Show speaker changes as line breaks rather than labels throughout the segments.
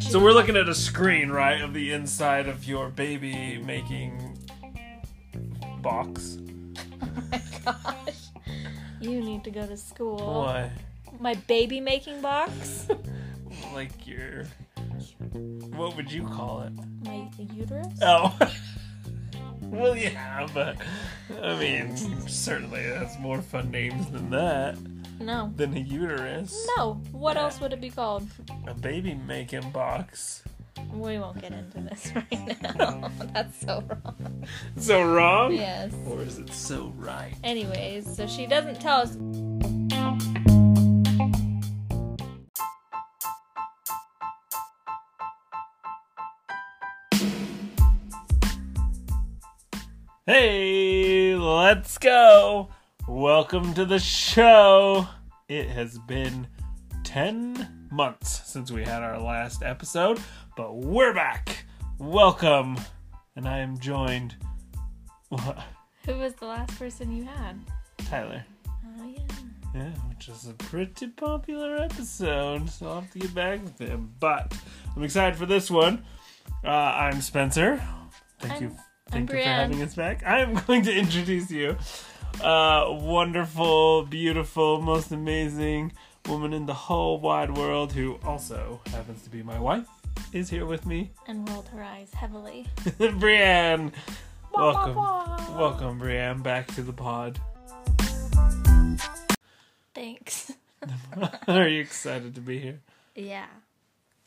So we're looking at a screen, right, of the inside of your baby making box.
Oh Gosh. You need to go to school.
Why?
My baby making box?
Like your. What would you call it?
My uterus?
Oh. well, yeah, but I mean, certainly that's more fun names than that.
No.
Than a uterus.
No. What else would it be called?
A baby making box.
We won't get into this right now. That's so wrong.
So wrong?
Yes.
Or is it so right?
Anyways, so she doesn't tell us.
Hey, let's go. Welcome to the show. It has been 10 months since we had our last episode, but we're back. Welcome. And I am joined what?
Who was the last person you had?
Tyler.
Oh, yeah.
Yeah, which is a pretty popular episode, so I'll have to get back with him. But I'm excited for this one. Uh, I'm Spencer. Thank
I'm-
you.
I'm
Thank you for
Brienne.
having us back. I am going to introduce you. Uh, wonderful, beautiful, most amazing woman in the whole wide world who also happens to be my wife is here with me.
And rolled her eyes heavily.
Brienne.
Wah,
Welcome.
wah, wah.
Welcome, Brienne, back to the pod.
Thanks.
Are you excited to be here?
Yeah.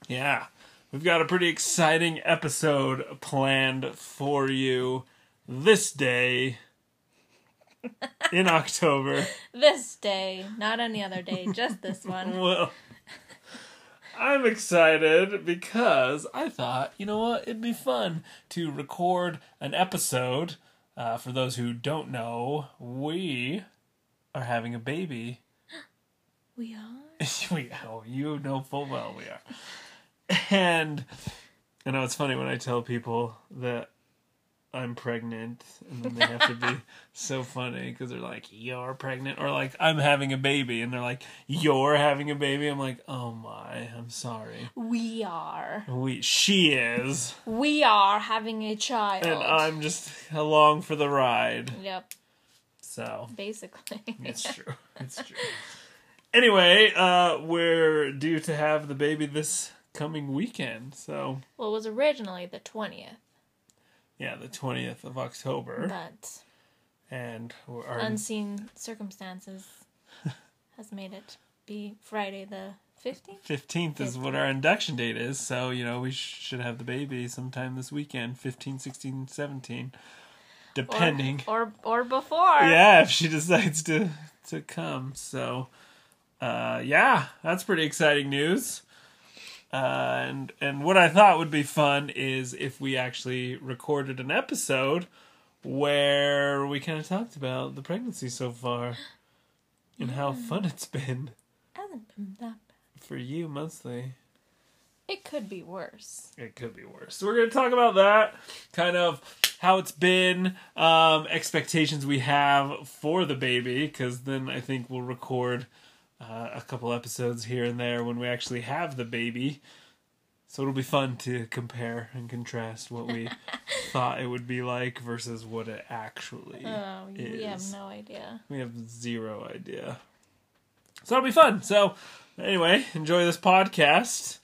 Yeah. We've got a pretty exciting episode planned for you this day in October.
This day, not any other day, just this one.
Well, I'm excited because I thought, you know what, it'd be fun to record an episode. Uh, for those who don't know, we are having a baby.
We are?
we, oh, you know full well we are. And you know it's funny when I tell people that I'm pregnant, and then they have to be so funny because they're like, "You're pregnant," or like, "I'm having a baby," and they're like, "You're having a baby." I'm like, "Oh my, I'm sorry."
We are.
We, she is,
We are having a child.
and I'm just along for the ride.
Yep,
So
basically.
It's true. It's true. Anyway, uh, we're due to have the baby this coming weekend. So,
Well, it was originally the 20th,
yeah, the 20th of October.
but
And we're our-
unseen circumstances has made it be Friday the 15th.
15th is what our induction date is. So, you know, we sh- should have the baby sometime this weekend 15, 16, 17.
Or-
Depending.
Or, or, before.
yeah, if she decides to, to come. So, uh, yeah, that's pretty exciting news. Uh, and and what I thought would be fun is if we actually recorded an episode where we kind of talked about the pregnancy so far and how fun it's been
Hasn't been that bad.
for you mostly.
It could be worse.
It could be worse. So we're going to talk about that, kind of how it's been, um, expectations we have for the baby, because then I think we'll record uh, a couple episodes here and there when we actually have the baby. So it'll be fun to compare and contrast what we thought it would be like versus what it actually
Oh, we have
is.
no idea.
We have zero idea. So it'll be fun. So, anyway, enjoy this podcast.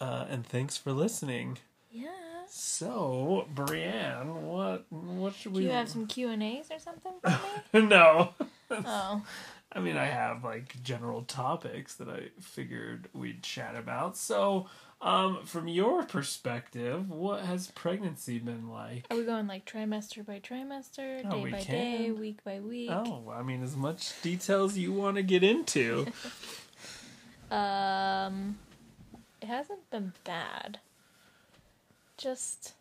Uh, and thanks for listening.
Yeah.
So, Brienne, what what should
Do
we
you have some Q and A's or something for me?
No.
oh,
I mean, I have like general topics that I figured we'd chat about. So, um from your perspective, what has pregnancy been like?
are we going like trimester by trimester,
Oh,
day
we
by day,
can.
week by week?
Oh, I mean, as much detail as you want to get into. Oh.
Um, it hasn't been bad. Just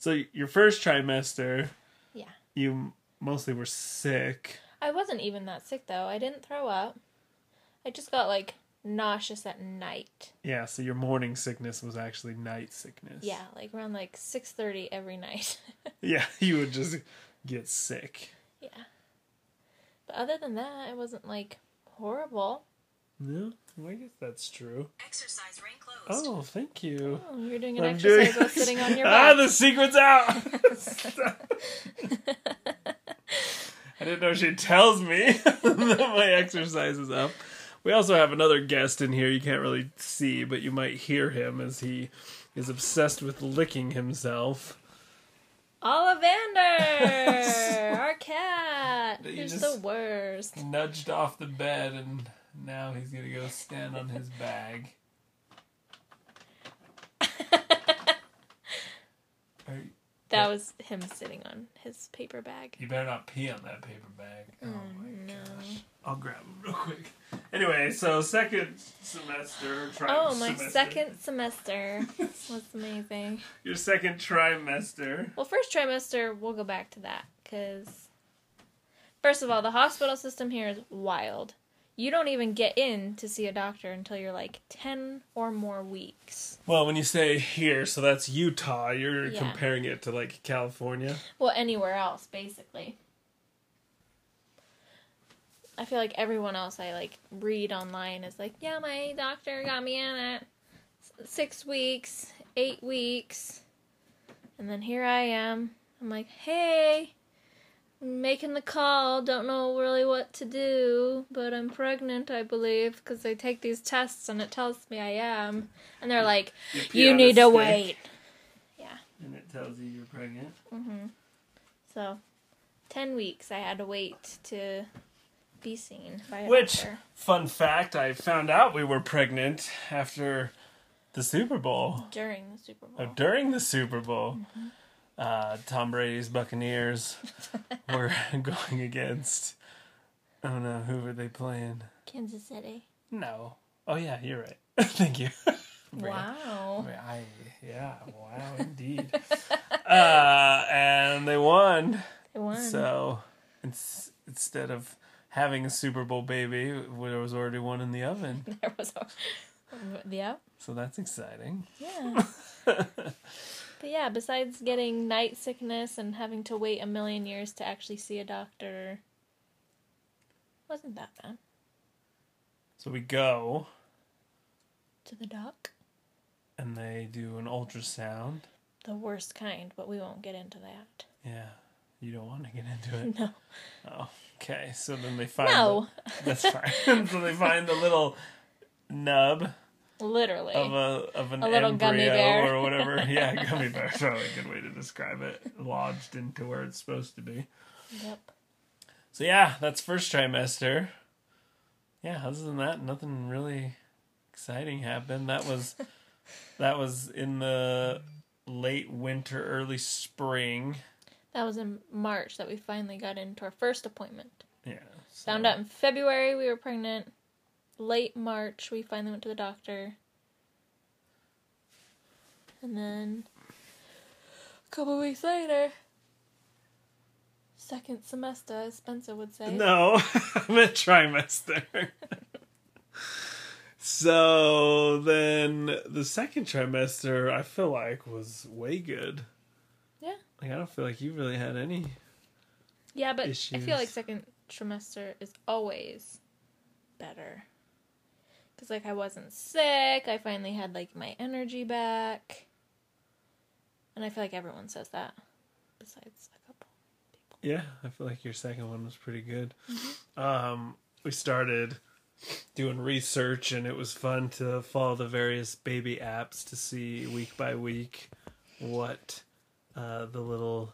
so, your first trimester,
yeah,
you m- mostly were sick.
I wasn't even that sick though. I didn't throw up. I just got like nauseous at night.
Yeah, so your morning sickness was actually night sickness.
Yeah, like around like six thirty every night.
Yeah, you would just get sick.
yeah, but other than that, it wasn't like horrible.
No, I guess that's true.
Exercise ring closed.
Oh, thank you.
Oh, you're doing an exercise while sitting on your
ah,
back.
the secret's out. I didn't know she tells me that my exercise is up. We also have another guest in here. You can't really see, but you might hear him as he is obsessed with licking himself.
Ollivander, our cat,
You
who's
just-
the worst.
Nudged off the bed, and now he's gonna go stand on his bag. Are you,
That was him sitting on his paper bag.
you better not pee on that paper bag. Oh my
no.
I'll grab them real quick. Anyway, so second semester. Tri-
Oh, my
semester.
second semester was amazing.
Your second trimester.
Well, first trimester, we'll go back to that because, first of all, the hospital system here is wild. You don't even get in to see a doctor until you're like 10 or more weeks.
Well, when you say here, so that's Utah. You're
Yeah.
comparing it to like California.
Well, anywhere else, basically. I feel like everyone else I like read online is like, yeah, my doctor got me in at s- six weeks, eight weeks, and then here I am. I'm like, hey, I'm making the call. Don't know really what to do, but I'm pregnant, I believe, because they take these tests and it tells me I am. And they're like,
pee
you
on a
need to
stick,
wait.
And it tells you you're pregnant.
hmm So, ten weeks I had to wait to be seen by a
Which-
doctor.
Fun fact: I found out we were pregnant after the Super Bowl.
during the Super
Oh,
Bowl. Mm-hmm.
during the Super Bowl, uh, Tom Brady's Buccaneers were going against. Oh no, who were they playing?
Kansas City.
No. Oh yeah, you're right. Thank you.
Wow.
I, yeah. Wow, indeed. uh, and they won.
They won.
So it's, instead of having a Super Bowl baby, there was already one in the oven.
There was a... Yeah.
So that's exciting.
Yeah. but yeah, besides getting night sickness and having to wait a million years to actually see a doctor, wasn't that bad.
So we go
To the doc.
and they do an ultrasound.
The worst kind, but we won't get into that.
Yeah. You don't want to get into it.
No.
Oh, okay. So then they find.
no.
the- that's fine. so they find the little nub
Literally.
of a of an
A little
embryo
gummy bear.
or whatever. yeah, gummy bear. That's probably a good way to describe it. Lodged into where it's supposed to be.
Yep.
So yeah, that's first trimester. Yeah, other than that, nothing really exciting happened. That was that was in the late winter, early spring.
That was in March that we finally got into our first appointment.
Yeah. so-
Found out in February we were pregnant. Late March we finally went to the doctor. And then a couple weeks later, second semester, as Spencer would say.
No, I'm a trimester. so then the second trimester, I feel like, was way good.
Yeah.
Like, I don't feel like you really had any.
Yeah, but I
Issues.
feel like second trimester is always better. Cuz like I wasn't sick, I finally had like my energy back. And I feel like everyone says that besides a couple.
Yeah, I feel like your second one was pretty good.
Mm-hmm.
Um, we started doing research, and it was fun to follow the various baby apps to see week by week what uh, the little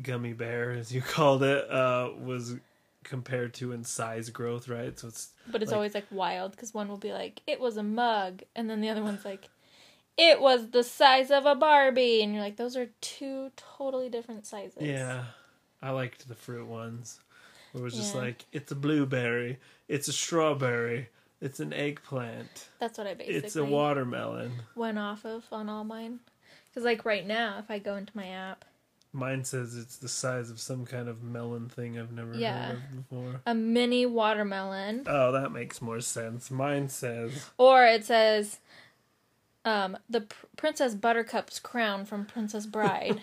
gummy bear, as you called it, uh, was compared to in size growth. Right, so it's
But it's
Like-
always like wild cuz one will be like it was a mug and then the other one's like it was the size of a Barbie and you're like those are two totally different sizes.
Yeah, I liked the fruit ones. It was just
Yeah.
like it's a blueberry, it's a strawberry, it's an eggplant,
That's what I basically
it's a watermelon.
went off of on all mine. Cuz like right now if I go into my app
Mine says it's the size of some kind of melon thing I've never
Yeah.
heard of before.
a mini watermelon,
Oh, that makes more sense. Mine says
or it says, um, the pr- Princess Buttercup's crown from Princess Bride.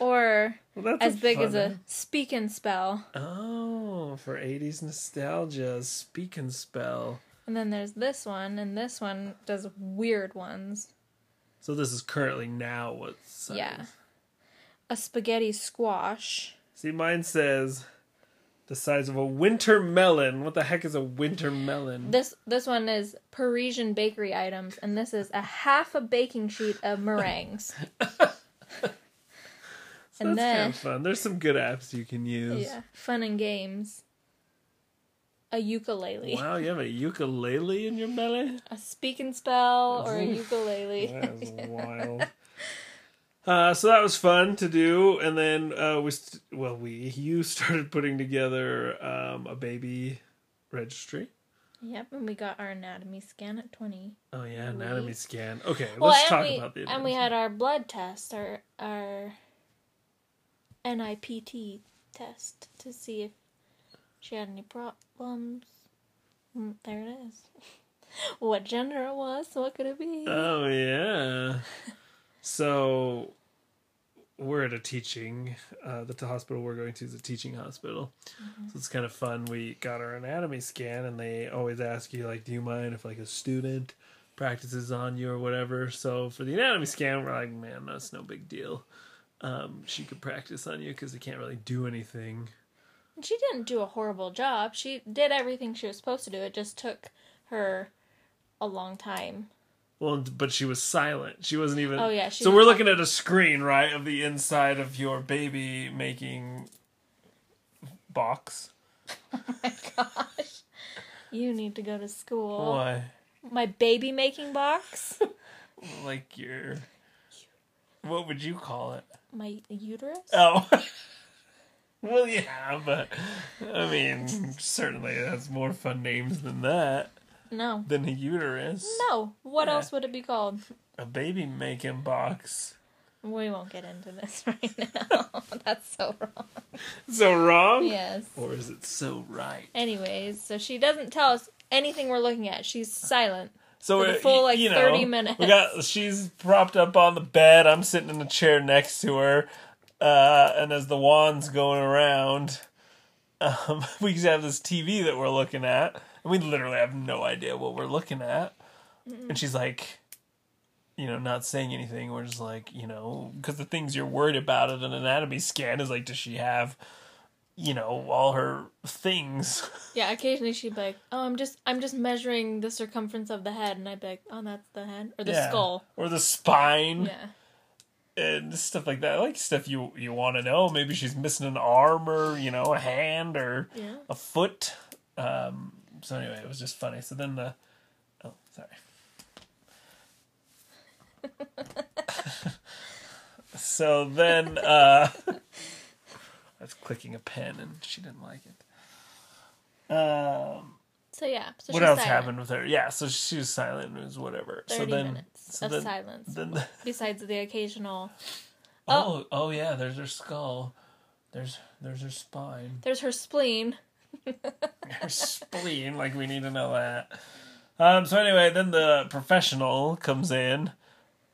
or
Well, that's
as
a
big as
fun
a speaking spell.
Oh, for 80s nostalgia, speak and spell.
And then there's this one, and this one does weird ones.
So this is currently now what size?
Yeah. A spaghetti squash.
See, mine says the size of a winter melon. What the heck is a winter melon?
This this one is Parisian bakery items, and this is a half a baking sheet of meringues.
So
and
that's
then-
kind of fun. There's some good apps you can use.
yeah, fun and games. A ukulele,
Wow, you have a ukulele in your belly?
a speak and spell, or a
Oof.
ukulele.
That is wild. Uh, so that was fun to do, and then uh, we, st- well, we you started putting together um, a baby registry.
yep, and we got our anatomy scan at twenty.
Oh yeah,
And
anatomy
we-
scan. Okay,
Well,
let's
and
talk
we,
about the
and
anatomy.
we had our blood test, our our NIPT test to see if she had any problems. Mm, there it is. what gender it was? What could it be?
Oh yeah. So we're at a teaching. Uh, the t- hospital we're going to is a teaching hospital, so it's kind of fun. We got our anatomy scan, and they always ask you like, "Do you mind if like a student practices on you or whatever?" So for the anatomy scan, we're like, "Man, that's no big deal." Um, she could practice on you because they can't really do anything.
she didn't do a horrible job. She did everything she was supposed to do. It just took her a long time.
Well, but she was silent. She wasn't even.
Oh, yeah, she
so
was
we're looking at a screen, right, of the inside of your baby making box.
Gosh. You need to go to school.
Why?
My baby making box?
Like your. What would you call it?
My uterus?
Oh. well, yeah, but I mean, certainly it has more fun names than that.
No.
Than a uterus,
No. What
Yeah.
else would it be called?
a baby making box.
We won't get into this right now. That's so wrong.
So wrong,
Yes.
or is it so right?
Anyways, so she doesn't tell us anything we're looking at. She's silent.
So
For the
uh,
full,
y-
like, 30 minutes.
We got she's propped up on the bed. I'm sitting in the chair next to her, uh, and as the wand's going around, um, we just have this TV that we're looking at, and we literally have no idea what we're looking at. And she's like, you know, not saying anything. We're just like, you know, because the things you're worried about at an anatomy scan is like, does she have, you know, all her things?
Yeah, occasionally she'd be like, "Oh, I'm just I'm just measuring the circumference of the head," and I'd be like, "Oh, that's the head or the
Yeah.
skull."
or the spine.
Yeah.
and stuff like that. I like stuff you you want to know. Maybe she's missing an arm or you know a hand or
Yeah.
a foot. Um, so anyway, it was just funny. So then the oh sorry. so then uh, I was clicking a pen and she didn't like it. Um,
So yeah. So
what
she's
else
silent.
happened with her? Yeah, so she was silent and it was whatever. so
Thirty
then
minutes
so
of
then,
silence,
Then the,
besides the occasional.
Oh, oh yeah, there's her skull. There's there's her spine.
There's her spleen.
Her spleen, like we need to know that. Um so anyway, then the professional comes in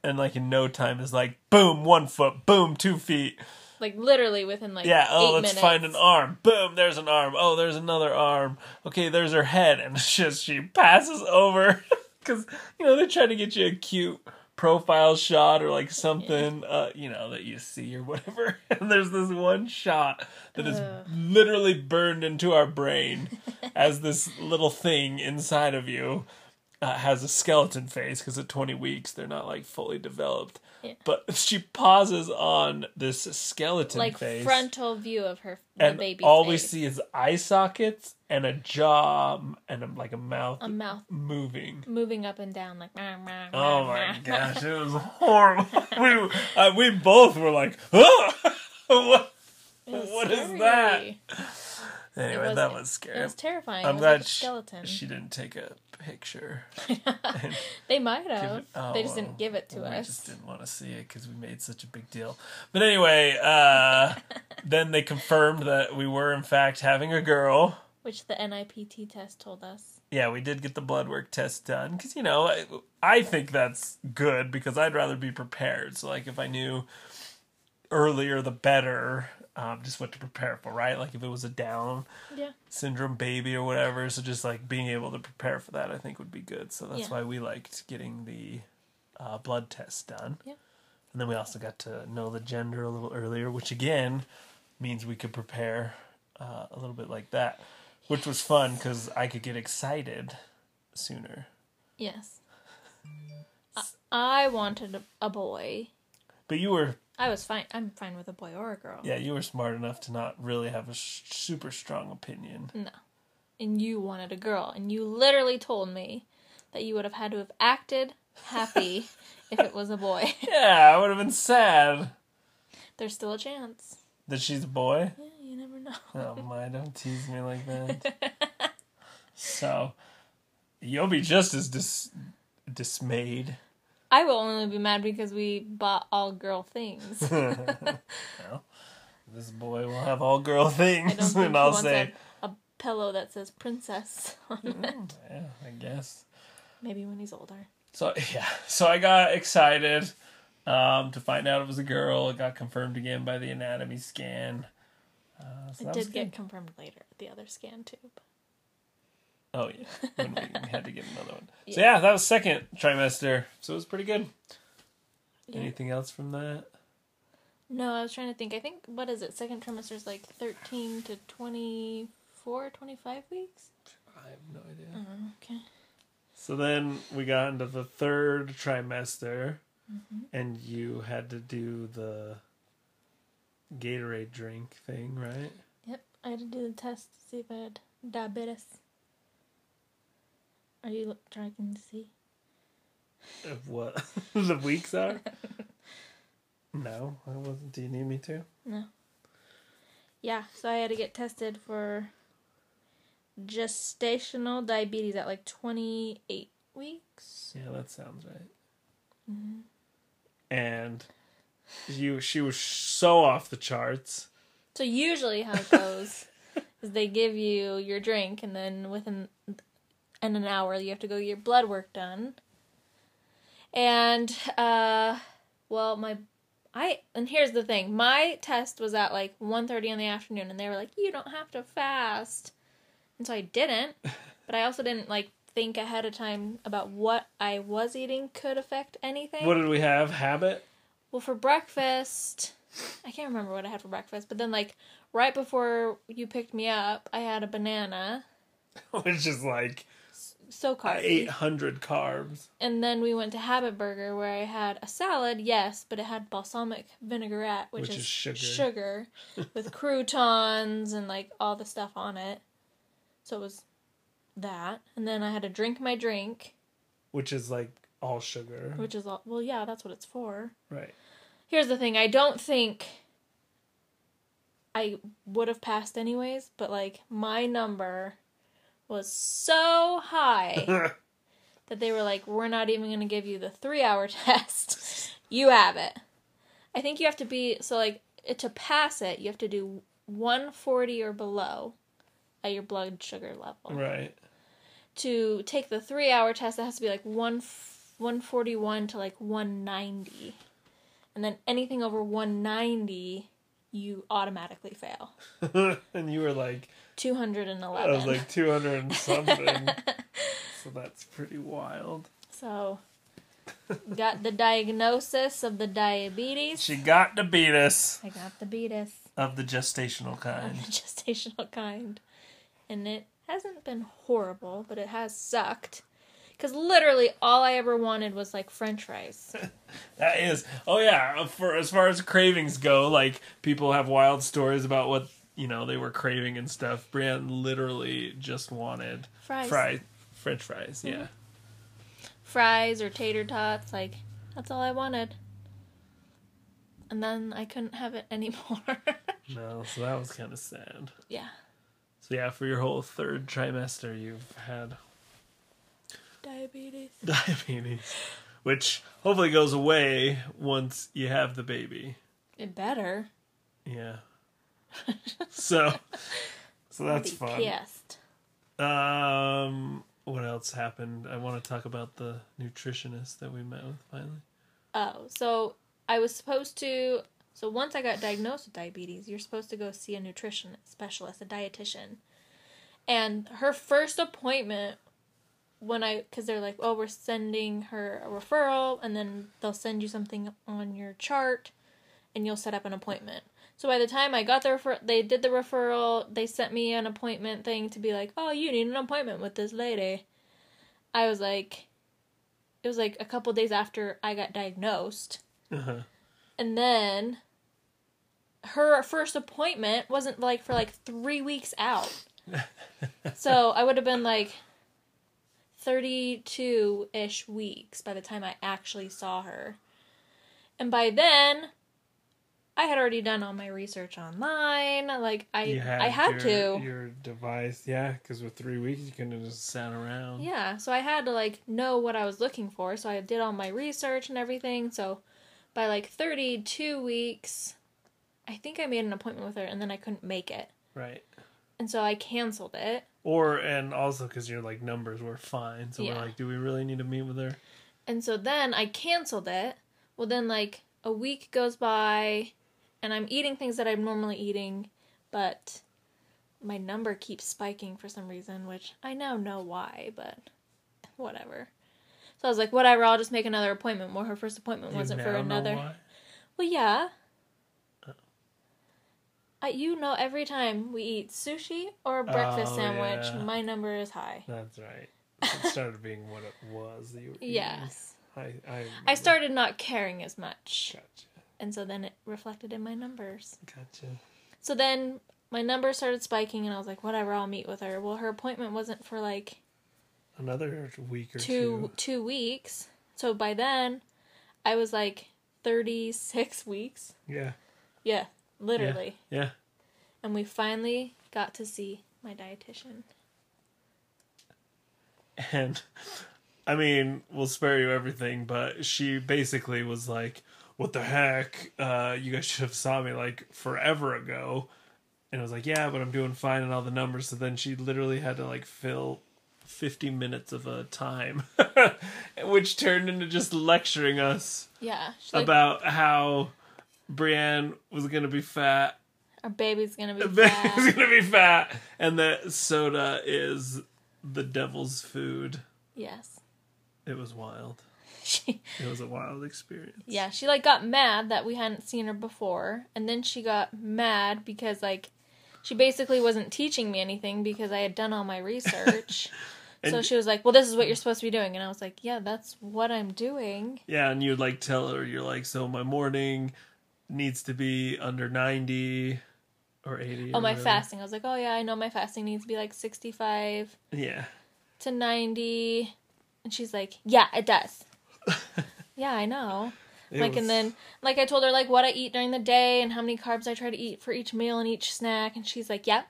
and like in no time is like boom, one foot, boom, two feet.
Like literally within like
Yeah, oh
eight
let's
minutes.
find an arm. Boom, there's an arm. Oh, there's another arm. Okay, there's her head and just she passes over cuz you know they try to get you a cute profile shot or like something uh you know that you see or whatever and there's this one shot that is
Ugh.
literally burned into our brain as this little thing inside of you uh, has a skeleton face because at 20 weeks they're not like fully developed
Yeah.
but she pauses on this skeleton
like
face
frontal view of her the
and
baby
all we
face.
see is eye sockets and a jaw m- and a, like a mouth
a mouth
moving
moving up and down like. "Meow, meow,
oh
meow,
my
meow."
gosh it was horrible we, uh, we both were like "Ah!" what?
It was
What is that?
scary.
anyway
was-
that was scary
It was terrifying.
i'm
it was
glad
like a
she-
skeleton.
she didn't take a picture
they might have.
give it- oh,
they just didn't
well,
give it to
we
us.
just didn't want to see it because we made such a big deal. But anyway, uh, then they confirmed that we were in fact having a girl.
Which the NIPT test told us.
Yeah, we did get the blood work test done because you know I, I think that's good because I'd rather be prepared. So like if I knew earlier the better. Um, just what to prepare for, right? Like if it was a down
Yeah.
syndrome baby or whatever, so just like being able to prepare for that, I think would be good. So that's
Yeah.
why we liked getting the uh, blood test done.
Yeah.
And then we also got to know the gender a little earlier, which again means we could prepare uh, a little bit like that, which was fun because I could get excited sooner.
Yes. I, I wanted a, a boy.
But you were
I was fine. I'm fine with a boy or a girl.
Yeah, you were smart enough to not really have a sh- super strong opinion.
No. And you wanted a girl, and you literally told me that you would have had to have acted happy if it was a boy.
Yeah, I would have been sad
There's still a chance.
that she's a boy.
Yeah, you never know.
Oh my, don't tease me like that. So, you'll be just as dis- dismayed.
I will only be mad because we bought all girl things.
This boy will have all girl
I don't
things,
think
and
he
I'll
wants
say,
a, a pillow that says princess on it.
yeah, I guess.
Maybe when he's older.
So yeah, so I got excited um, to find out it was a girl. It got confirmed again by the anatomy scan. Uh, so
It
that was
did
good.
get confirmed later at the other scan too. but-
Oh yeah, when we we had to get another one. So yeah, that was second trimester. So it was pretty good.
Yeah.
Anything else from that?
No, I was trying to think. I think, what is it? Second trimester is like 13 to 24, 25 weeks?
I have no idea.
Okay.
So then we got into the third trimester,
Mm-hmm.
and you had to do the Gatorade drink thing, right?
Yep, I had to do the test to see if I had diabetes. Are you look- trying to see?
Of what the weeks are. no, I wasn't. Do you need me to?
No. Yeah, so I had to get tested for gestational diabetes at like 28 weeks.
Yeah, that sounds right. And you, she was so off the charts.
So usually how it goes is they give you your drink and then within in an hour you have to go get your blood work done. And uh well my I and here's the thing. My test was at like 1:30 in the afternoon and they were like you don't have to fast. And so I didn't, but I also didn't like think ahead of time about what I was eating could affect anything.
What did we have? Habit?
Well, for breakfast, I can't remember what I had for breakfast, but then like right before you picked me up, I had a banana,
Which is like
so carby.
800 carbs.
And then we went to Habit Burger where I had a salad, yes, but it had balsamic vinaigrette, which,
Which
is,
is sugar.
sugar with croutons and like all the stuff on it. So it was that. And then I had to drink my drink,
Which is like all sugar.
which is all, well, yeah, that's what it's for.
Right.
Here's the thing, I don't think I would have passed anyways, but like my number was so high that they were like, we're not even going to give you the three hour test. you have it. I think you have to be, so like it- to pass it, you have to do 140 or below at your blood sugar level.
right.
To take the three hour test, it has to be like one, 141 to like 190. And then anything over 190, you automatically fail.
and you were like,
211.
I was like 200 and something. so that's pretty wild.
so, got the diagnosis of the diabetes.
She got the beatus
I got the beatus
of the gestational
of
kind.
the gestational kind. And it hasn't been horrible, but it has sucked. Because literally all I ever wanted was like french fries.
That is. Oh yeah, for as far as cravings go, like people have wild stories about what, you know, they were craving and stuff. Brianne literally just wanted
Fries.
fries, french fries, yeah.
Fries or tater tots. Like, that's all I wanted. And then I couldn't have it anymore.
No, so that was kind of sad.
yeah.
So yeah, for your whole third trimester, you've had
Diabetes.
diabetes, which hopefully goes away once you have the baby.
It better.
Yeah. so, so that's
Be
fun.
pissed.
Um, what else happened? I want to talk about the nutritionist that we met with finally.
Oh, so I was supposed to So once I got diagnosed with diabetes, you're supposed to go see a nutrition specialist, a dietitian. And her first appointment when I cuz they're like, "Oh, we're sending her a referral and then they'll send you something on your chart and you'll set up an appointment." So by the time I got the refer- they did the referral, they sent me an appointment thing to be like, "Oh, you need an appointment with this lady." I was like it was like a couple days after I got diagnosed.
Uh-huh.
And then her first appointment wasn't like for like three weeks out. so I would have been like 32 ish weeks by the time I actually saw her. And by then, I had already done all my research online. Like I,
You
I had
your-
to.
Your device, yeah, because with three weeks, you couldn't have just sat around.
Yeah, so I had to like know what I was looking for, so I did all my research and everything. So by like 32 weeks, I think I made an appointment with her and then I couldn't make it.
Right.
And so I canceled it.
Or, and also because your, like, numbers were fine. So
Yeah.
we're like, do we really need to meet with her?
And so then I canceled it. Well, then like a week goes by and I'm eating things that I'm normally eating, but my number keeps spiking for some reason, which I now know why, but whatever. So I was like, whatever, I'll just make another appointment. Well, her first appointment
You
wasn't for
now know
another.
why?
Well, yeah. I, you know, every time we eat sushi or a breakfast
Oh,
sandwich,
yeah.
my number is high.
That's right. It started being what it was. That you were eating.
Yes.
I, I,
I started not caring as much.
Gotcha.
And so then it reflected in my numbers.
Gotcha.
So then my numbers started spiking, and I was like, whatever, I'll meet with her. Well, her appointment wasn't for like
Another week or
two
two.
two weeks. So by then, I was like 36 weeks.
Yeah.
Yeah, literally.
Yeah.
And we finally got to see my dietitian.
And I mean, we'll spare you everything, but she basically was like, "What the heck? Uh, you guys should have saw me like forever ago." And I was like, "Yeah, but I'm doing fine and all the numbers." So then she literally had to like fill 50 minutes of a time, which turned into just lecturing us
Yeah. she's like,
about how Brienne was gonna be fat
Our baby's gonna be
It's
fat.
gonna be fat, and that soda is the devil's food.
yes.
It was wild.
She,
It was a wild experience.
yeah, she like got mad that we hadn't seen her before, and then she got mad because like she basically wasn't teaching me anything because I had done all my research. so
And-
she was like, "Well, this is what you're supposed to be doing," and I was like, "Yeah, that's what I'm doing."
Yeah, and you'd like tell her you're like, so my morning needs to be under ninety or eighty.
Oh,
or
my
whatever."
fasting. I was like, "Oh yeah, I know my fasting needs to be like 65
Yeah,
to 90," and she's like, "Yeah, it does." yeah, I know.
It
like
was-
and then like I told her like what I eat during the day and how many carbs I try to eat for each meal and each snack and she's like, "Yep.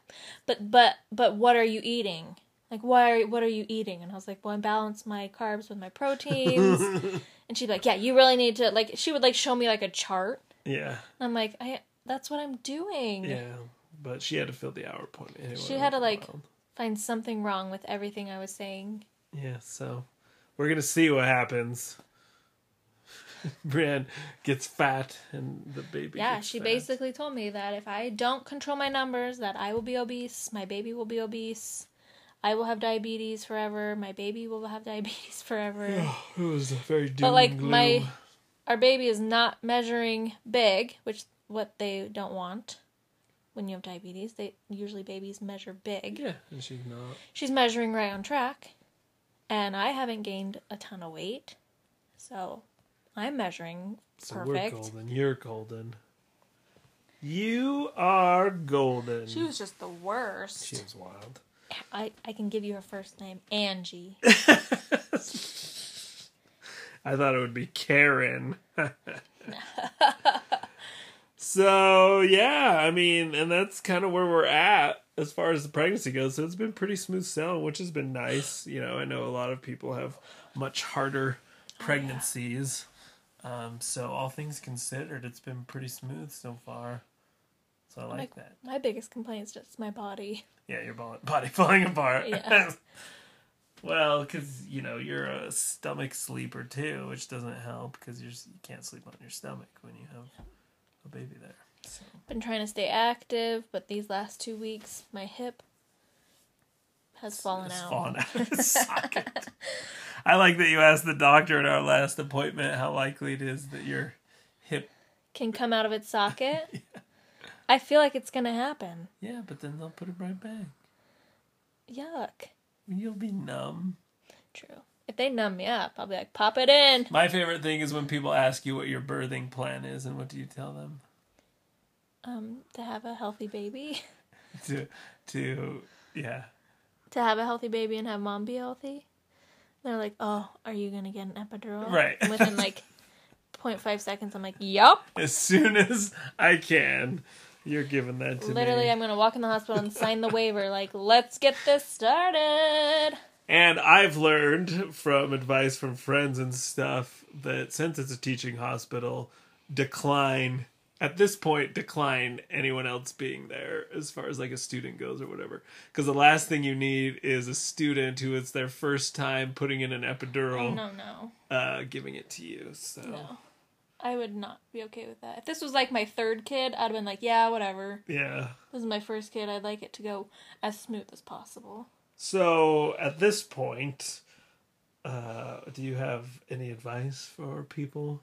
But but but what are you eating? Like why are what are you eating?" And I was like, "Well, I balance my carbs with my proteins." and she'd be like, "Yeah, you really need to like she would like show me like a chart."
yeah,
And I'm like, "I that's what I'm doing."
yeah, but she had to fill the hour point. Anyway,
She had to, like-
Wild.
Find something wrong with everything I was saying.
Yeah, so we're gonna see what happens. Brienne gets fat, and the baby.
yeah,
gets
she
fat.
basically told me that if I don't control my numbers, that I will be obese, my baby will be obese, I will have diabetes forever, my baby will have diabetes forever.
Oh, it was very doom
but like
and gloom.
my our baby is not measuring big, which what they don't want when you have diabetes. They usually babies measure big.
yeah, and she's not.
She's measuring right on track, and I haven't gained a ton of weight. So, I'm measuring
So
perfect.
we're golden. You're golden. You are golden.
She was just the worst.
She was wild.
I, I can give you her first name, Angie.
I thought it would be Karen. so yeah, I mean, and that's kind of where we're at as far as the pregnancy goes. So it's been pretty smooth sailing, which has been nice. You know, I know a lot of people have much harder pregnancies. Um, so all things considered, it's been pretty smooth so far. So I like that.
My biggest complaint is just my body.
Yeah, your bo- body falling apart.
Yeah.
well, because you know you're a stomach sleeper too, which doesn't help because you can't sleep on your stomach when you have a baby there. So.
Been trying to stay active, but these last two weeks, my hip has fallen
It's
out.
fallen out of its socket. I like that you asked the doctor at our last appointment how likely it is that your hip.
Can come out of its socket. I feel like it's gonna happen.
Yeah, but then they'll put it right back.
Yuck.
You'll be numb.
True. If they numb me up, I'll be like, pop it in.
My favorite thing is when people ask you what your birthing plan is, and what do you tell them?
Um, to have a healthy baby.
To, to, yeah.
to have a healthy baby and have mom be healthy. They're like, oh, are you gonna get an epidural?
Right.
And within like 0.5 seconds, I'm like, yup.
As soon as I can, you're giving that to
Literally,
me.
I'm gonna walk in the hospital and sign the waiver. Like, let's get this started.
And I've learned from advice from friends and stuff that since it's a teaching hospital, decline at this point decline anyone else being there as far as like a student goes or whatever because the last thing you need is a student who it's their first time putting in an epidural
No, no,
uh giving it to you so
no. I would not be okay with that. If this was like my third kid, I'd have been like, yeah, whatever.
yeah
This is my first kid. I'd like it to go as smooth as possible.
so at this point uh do you have any advice for people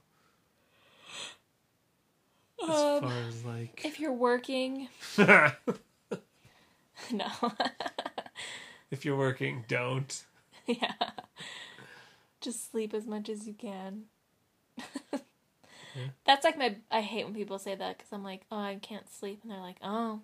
as
Um,
far as like
if you're working, no.
if you're working, don't.
yeah. Just sleep as much as you can. That's like my. I hate when people say that because I'm like, oh, I can't sleep. And they're like, oh,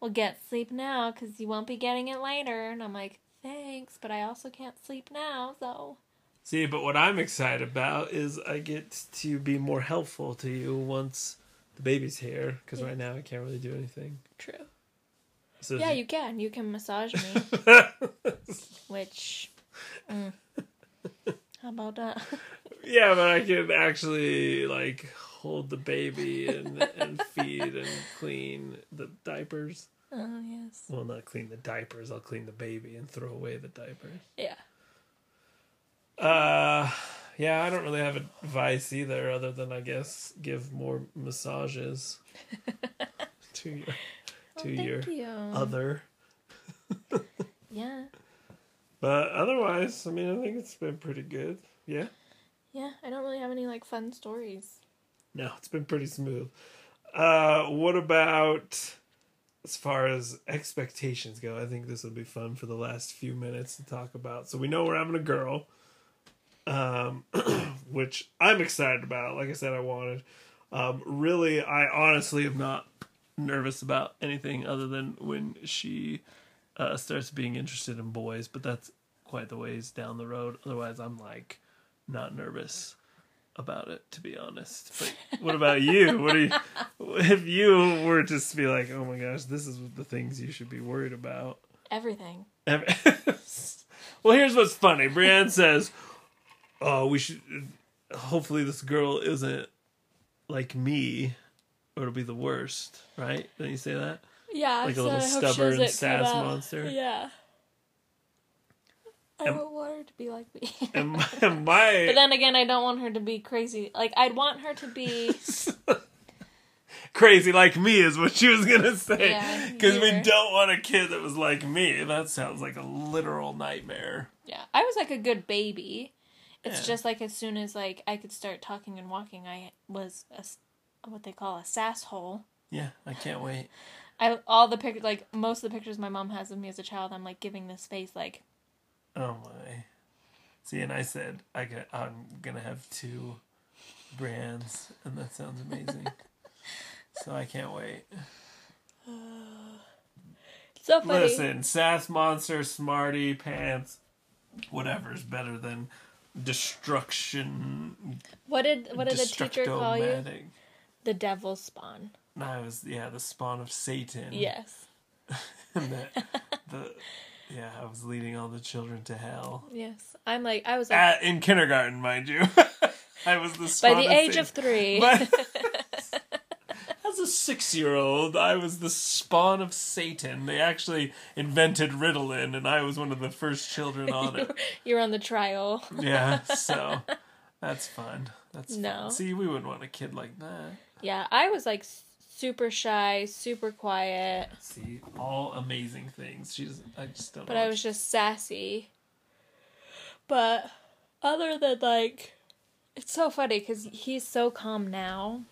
well, get sleep now because you won't be getting it later. And I'm like, thanks, but I also can't sleep now, so.
See, but what I'm excited about is I get to be more helpful to you once the baby's here, because right now I can't really do anything.
True.
So
Yeah, you can. You can massage me, which. mm. How about that?
yeah, but I can actually like hold the baby and and feed and clean the diapers.
Oh, yes.
Well, not clean the diapers. I'll clean the baby and throw away the diapers.
Yeah.
Uh, yeah, I don't really have advice either, other than I guess give more massages to your
Oh,
to your
you.
other.
Yeah.
But otherwise, I mean, I think it's been pretty good. Yeah,
Yeah, I don't really have any like fun stories.
no, it's been pretty smooth. Uh, what about as far as expectations go? I think this will be fun for the last few minutes to talk about. So we know we're having a girl, um, which I'm excited about. Like I said, I wanted. Um, really, I honestly am not nervous about anything other than when she uh, starts being interested in boys, but that's quite the ways down the road. Otherwise, I'm like not nervous about it, to be honest. But what about you? What do you, if you were just to be like, oh my gosh, this is the things you should be worried about?
Everything.
Ev- well, here's what's funny. Brienne says, "Oh, we should. Hopefully, this girl isn't like me, or it'll be the worst." Right? Don't you say that?
Yeah,
Like a
so
little
I hope she
stubborn,
doesn't
sass
come out.
monster?
Yeah. I
Am-
don't want her to be like me.
And my, and
but
my
then again, I don't want her to be crazy. Like I'd want her to be.
crazy like me is what she was gonna say
Yeah,
because we
you're-
don't want a kid that was like me. That sounds like a literal nightmare.
yeah, I was like a good baby. It's
Yeah.
just like as soon as like I could start talking and walking, I was a s- what they call a sass hole.
Yeah, I can't wait.
I all the pictures like most of the pictures my mom has of me as a child. I'm like giving this face like
Oh my. See, and I said I got, I'm gonna have two brands, and that sounds amazing. so I can't wait.
so funny.
Listen, Sass Monster, Smarty Pants, whatever's better than destruction.
What did what did the teacher call you?
Destructomatic.
The devil's spawn.
No, I was yeah the spawn of Satan.
Yes.
and the, the yeah I was leading all the children to hell.
Yes. I'm like I was like
At, in kindergarten, mind you, I was the spawn
by the
of
age
Satan.
of three.
But as a six year old, I was the spawn of Satan. They actually invented Ritalin, and I was one of the first children on it.
You're on the trial.
Yeah, so that's fun. That's
No.
fun. See, we wouldn't want a kid like that.
Yeah, I was like s- super shy, super quiet,
See, all amazing things. She's I just don't.
but
know
I
what
was just sassy. But other than like, it's so funny because he's so calm now.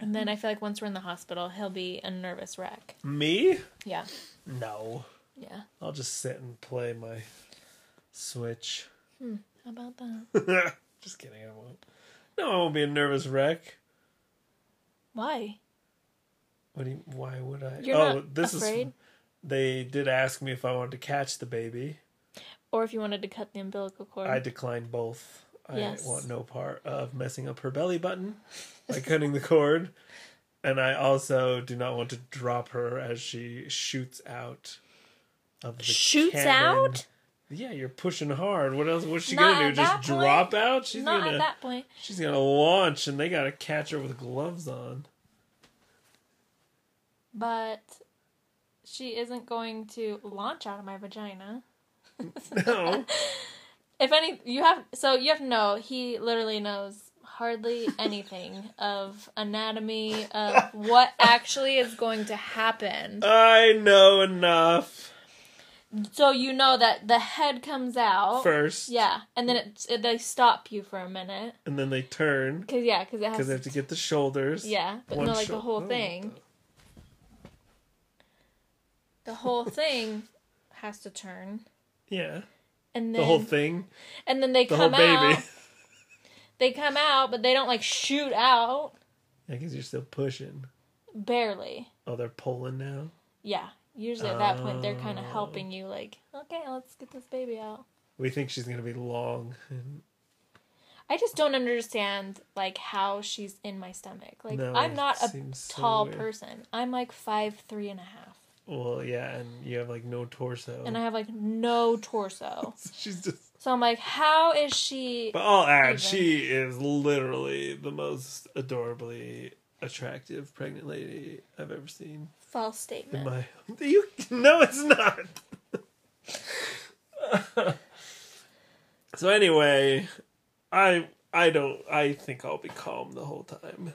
And then I feel like once we're in the hospital, he'll be a nervous wreck.
to- Me?
Yeah.
No.
Yeah.
I'll just sit and play my Switch.
How about that?
just kidding. I won't. No, I won't be a nervous wreck.
Why?
What do you, why would I?
You're
oh,
not
this
afraid?
is. They did ask me if I wanted to catch the baby.
Or if you wanted to cut the umbilical cord.
I declined both. I
Mm. Yes.
want no part of messing up her belly button by cutting the cord. And I also do not want to drop her as she shoots out of the
Shoots
cannon.
out?
Yeah, you're pushing hard. What else? What's she gonna
Not
do?
at
Just
that point.
drop out? She's
Not
gonna
at that point.
she's gonna launch, and they gotta catch her with gloves on.
But she isn't going to launch out of my vagina.
No,
If any, you have so you have to know he literally knows hardly anything of anatomy of what actually is going to happen.
I know enough.
So you know that the head comes out
First,
Oh, yeah, and then it, it they stop you for a minute
and then they turn
because yeah, because it has
because they have to get the shoulders.
yeah, but
One
no, like the
shou-
whole
Oh,
thing, the whole thing has to turn,
Yeah,
and then
the whole thing,
and then they
the whole
come
baby.
out. They come out, but they don't like shoot out
I guess you're still pushing.
barely.
Oh, they're pulling now.
Yeah. Usually at that point they're kind of
Oh.
helping you like, okay, let's get this baby out.
We think she's gonna be long. And
I just don't understand like how she's in my stomach. Like
No,
I'm not a
seems so
tall
weird.
person. I'm like five three and a half,
Well, yeah, and you have like no torso.
and I have like no torso.
she's just.
so I'm like, how is she?
But I'll add,
Even.
she is literally the most adorably attractive pregnant lady I've ever seen.
False
In
statement.
my you no, it's not. so anyway, I I don't I think I'll be calm the whole time.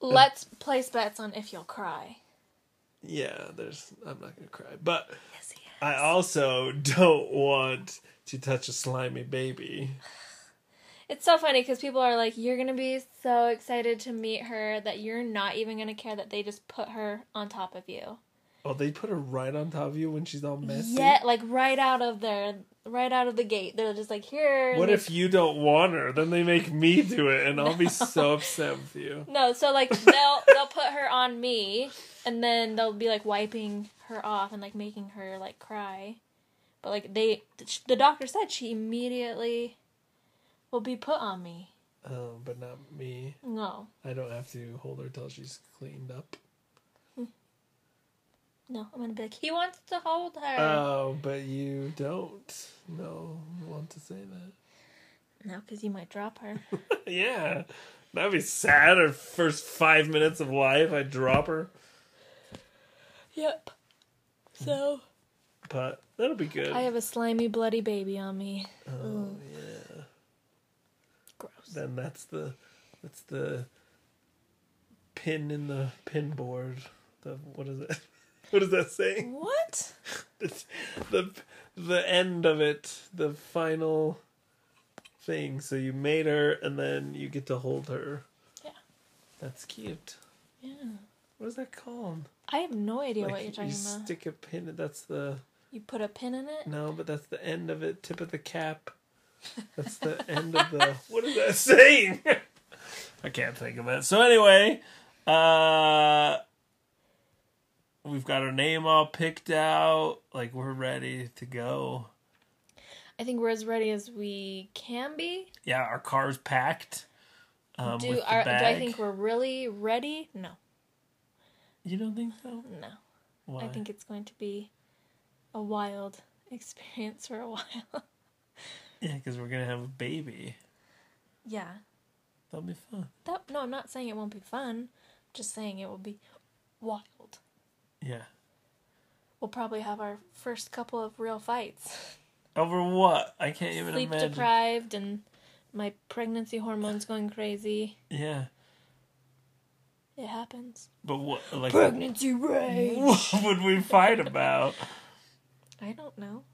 Let's place bets on if you'll cry.
Yeah, there's I'm not gonna cry, but
Yes, yes.
I also don't want to touch a slimy baby.
It's so funny because people are like, "You're gonna be so excited to meet her that you're not even gonna care that they just put her on top of you."
Oh, they put her right on top of you when she's all messy.
Yeah, like right out of there, right out of the gate, they're just like, "Here." and
What
they-
if you don't want her? Then they make me do it, and I'll be so upset with you.
No, so like they'll they'll put her on me, and then they'll be like wiping her off and like making her like cry, but like they the doctor said she immediately will be put on me.
Um, but not me.
No,
I don't have to hold her till she's cleaned up.
no, I'm gonna be like, he wants to hold her.
Oh, but you don't. No, want to say that.
no, because you might drop her.
yeah, that'd be sad. Her first five minutes of life, I drop her,
Yep. So
but that'll be good.
I have a slimy, bloody baby on me.
oh yeah.
Gross.
Then that's the that's the pin in the pin board. The what is it? What does that say?
What?
It's the the end of it, the final thing. So you made her, and then you get to hold her.
Yeah.
that's cute.
Yeah.
What is that called?
I have no idea
Like,
what you're talking
you
about.
stick a pin. That's the
you put a pin in it?
no, but that's the end of it. Tip of the cap. That's the end of the. What is that saying? I can't think of it. So anyway, uh, we've got our name all picked out. Like we're ready to go.
I think we're as ready as we can be.
yeah, our car's packed. Um, with
do
the
our, do
bag.
I think we're really ready? No.
you don't think so?
No.
Why?
I think it's going to be a wild experience for a while.
yeah, because we're gonna have a baby.
yeah.
That'll be fun.
That no, I'm not saying it won't be fun. I'm just saying it will be wild.
Yeah.
We'll probably have our first couple of real fights.
Over what? I can't even
sleep
imagine.
deprived and my pregnancy hormones going crazy.
Yeah.
It happens.
But what like
Pregnancy rage.
what would we fight about?
I don't know.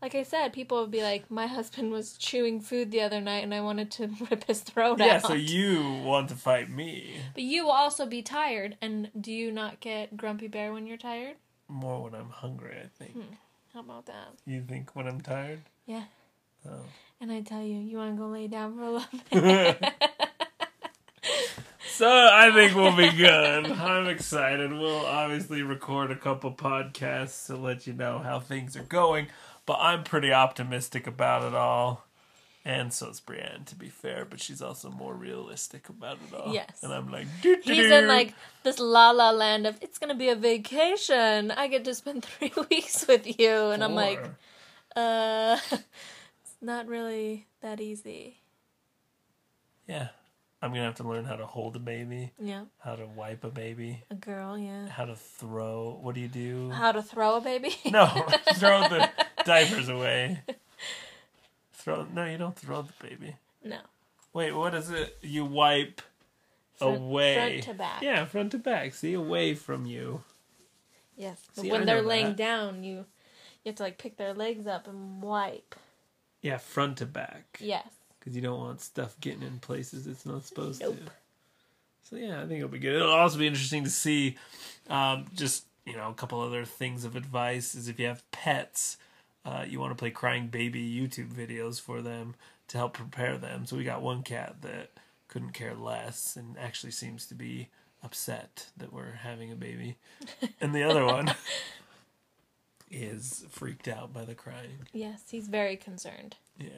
Like I said, people would be like, "My husband was chewing food the other night, and I wanted to rip his throat
Yeah,
out."
so you want to fight me
But you will also be tired, and do you not get grumpy bear when you're tired?
more when I'm hungry. I think
How about that?
you think when I'm tired.
Hmm. Yeah.
Oh.
And I tell you, you want to go lay down for a little bit.
So I think we'll be good. I'm excited. We'll obviously record a couple podcasts to let you know how things are going, but I'm pretty optimistic about it all. And so's Brienne, to be fair, but she's also more realistic about it all.
Yes.
And I'm like,
He's in like this la la land of it's gonna be a vacation. I get to spend three weeks with you, and I'm like,
"Four."
uh, it's not really that easy.
yeah, I'm gonna have to learn how to hold a baby,
Yeah,
how to wipe a baby,
a girl. Yeah,
how to throw. What do you do?
how to throw a baby?
No, throw the diapers away. Throw no, you don't throw the baby.
no.
Wait, what is it? You wipe
Front-
away.
front to back.
Yeah, front to back. See, away from you.
Yes, but
See, I
when they're
know
laying
that.
down, you you have to like pick their legs up and wipe.
Yeah, front to back.
Yes.
Because you don't want stuff getting in places it's not supposed to.
Nope.
So yeah, I think it'll be good. It'll also be interesting to see, um, just you know, a couple other things of advice is if you have pets, uh, you want to play crying baby YouTube videos for them to help prepare them. So we got one cat that couldn't care less and actually seems to be upset that we're having a baby, and the other one is freaked out by the crying.
Yes, he's very concerned.
Yeah.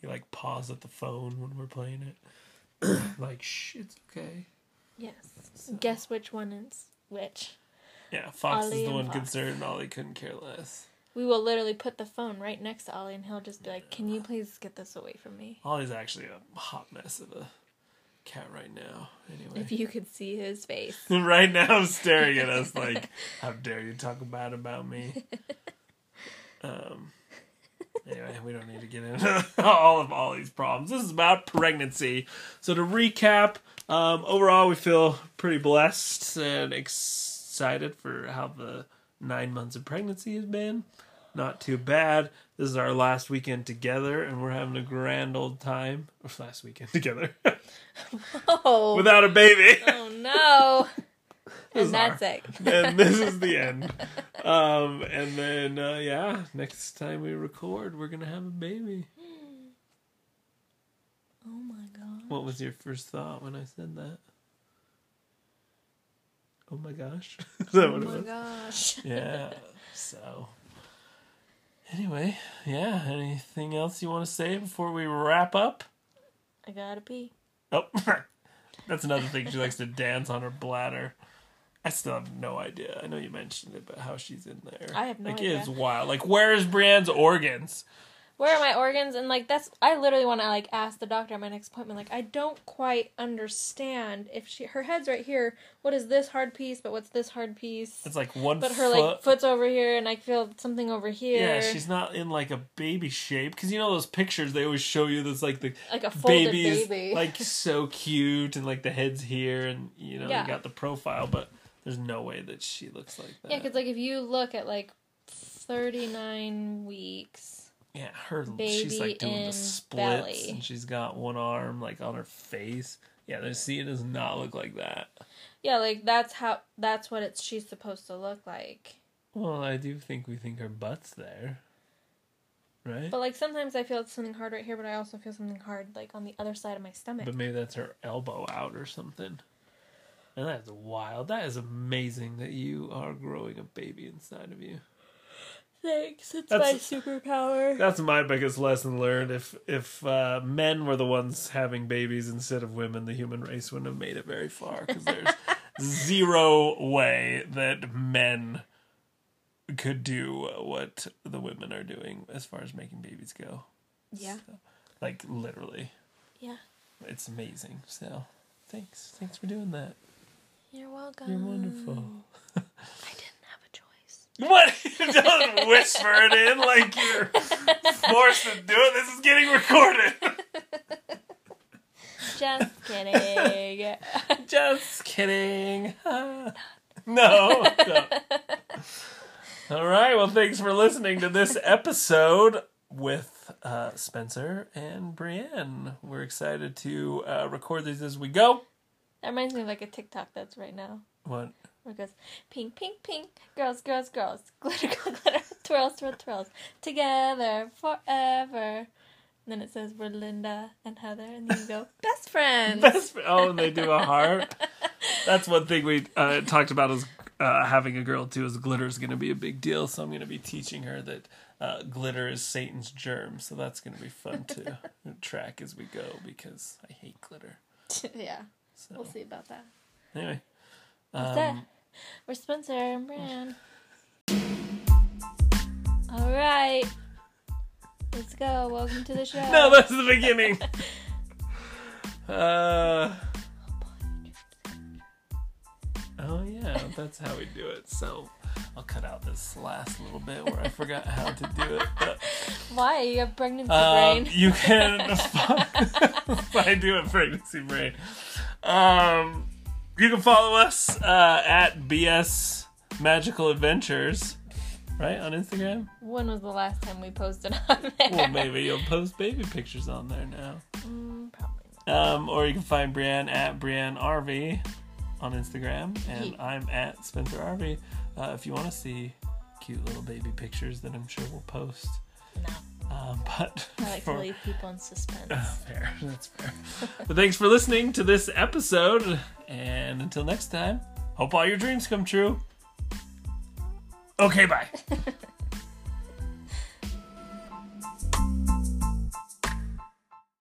He like paws at the phone when we're playing it. like, shh, it's okay.
Yes. Guess which one is which.
Yeah, Fox
Ollie
is the
and
one
Fox.
concerned. Ollie couldn't care less.
We will literally put the phone right next to Ollie, and he'll just be like, "Can you please get this away from me?"
Ollie's actually a hot mess of a cat right now. Anyway.
If you could see his face.
right now staring at us like, how dare you talk bad about me? Um anyway, we don't need to get into all of Ollie's problems. This is about pregnancy. So to recap, um overall we feel pretty blessed and excited for how the nine months of pregnancy has been. Not too bad. This is our last weekend together and we're having a grand old time. Or last weekend together.
Oh,
Without a baby.
oh no!
This is
and that's it.
and this is the end. Um, and then uh, yeah, next time we record, we're gonna have a baby.
Oh my god!
What was your first thought when I said that? Oh my gosh, is that
Oh
what it
my
was?
gosh!
Yeah. So. Anyway, yeah. Anything else you want to say before we wrap up?
I gotta pee.
Oh, that's another thing. She likes to dance on her bladder. I still have no idea. I know you mentioned it, but how she's in there.
I have no
like,
idea.
It's wild. Like, where's Brienne's organs?
Where are my organs? And like that's I literally want to like ask the doctor at my next appointment. Like I don't quite understand if she her head's right here. What is this hard piece? But what's this hard piece?
It's like one
But
foot.
her like foot's over here, and I feel something over here.
yeah, she's not in like a baby shape because you know those pictures they always show you. That's like the
like a folded
baby's
baby.
like so cute and like the head's here and you know
Yeah.
you got the profile, but there's no way that she looks like that.
Yeah, because like if you look at like thirty nine weeks,
Yeah, her she's
Baby
like doing the
in
splits
belly.
and she's got one arm like on her face. Yeah, the scene does not look like that.
yeah, like that's how that's what it's she's supposed to look like.
Well, I do think we think her butt's there. Right?
But like sometimes I feel something hard right here, but I also feel something hard like on the other side of my stomach.
But maybe that's her elbow out or something. And that's wild. That is amazing that you are growing a baby inside of you.
Thanks, it's
That's-
my superpower.
That's my biggest lesson learned. If if uh, men were the ones having babies instead of women, the human race wouldn't have made it very far. Because there's zero way that men could do what the women are doing as far as making babies go.
Yeah,
Like literally,
yeah.
it's amazing. So thanks, thanks for doing that.
You're welcome.
You're wonderful.
I didn't have a choice.
What? Don't whisper it in like you're forced to do it. This is getting recorded.
Just kidding.
Just kidding. no. no. All right. Well, thanks for listening to this episode with uh, Spencer and Brienne. We're excited to uh, record these as we go.
That reminds me of like a TikTok that's right now.
What?
Where it goes pink, pink, pink, girls, girls, girls, glitter, glitter, glitter, twirls, twirl, twirls, together forever. And then it says we're Linda and Heather, and then you go best friends.
Best fri- oh, and they do a heart. That's one thing we uh, talked about is uh, having a girl too. Is glitter is going to be a big deal, so I'm going to be teaching her that uh, glitter is Satan's germ. So that's going to be fun to track as we go because I hate glitter.
yeah,
So
we'll see about that.
anyway,
That's
um,
it. We're Spencer and Bran. All right, let's go. Welcome to the show.
no, that's the beginning. uh, oh yeah, that's how we do it. So I'll cut out this last little bit where I forgot how to do it. But
Why you have pregnancy
Um,
brain?
you can. I do have pregnancy brain. Um, you can follow us uh, at BS Magical Adventures, right on Instagram.
When was the last time we posted on there?
Well, maybe you'll post baby pictures on there now.
Mm, probably not.
Um, or you can find Brienne at Brienne RV on Instagram, and
Yeah.
I'm at Spencer RV. Uh, if you want to see cute little baby pictures, that I'm sure we'll post.
No.
Um, but
I like to
for-
leave people in suspense.
fair. That's fair. but thanks for listening to this episode. And until next time, hope all your dreams come true. Okay, bye.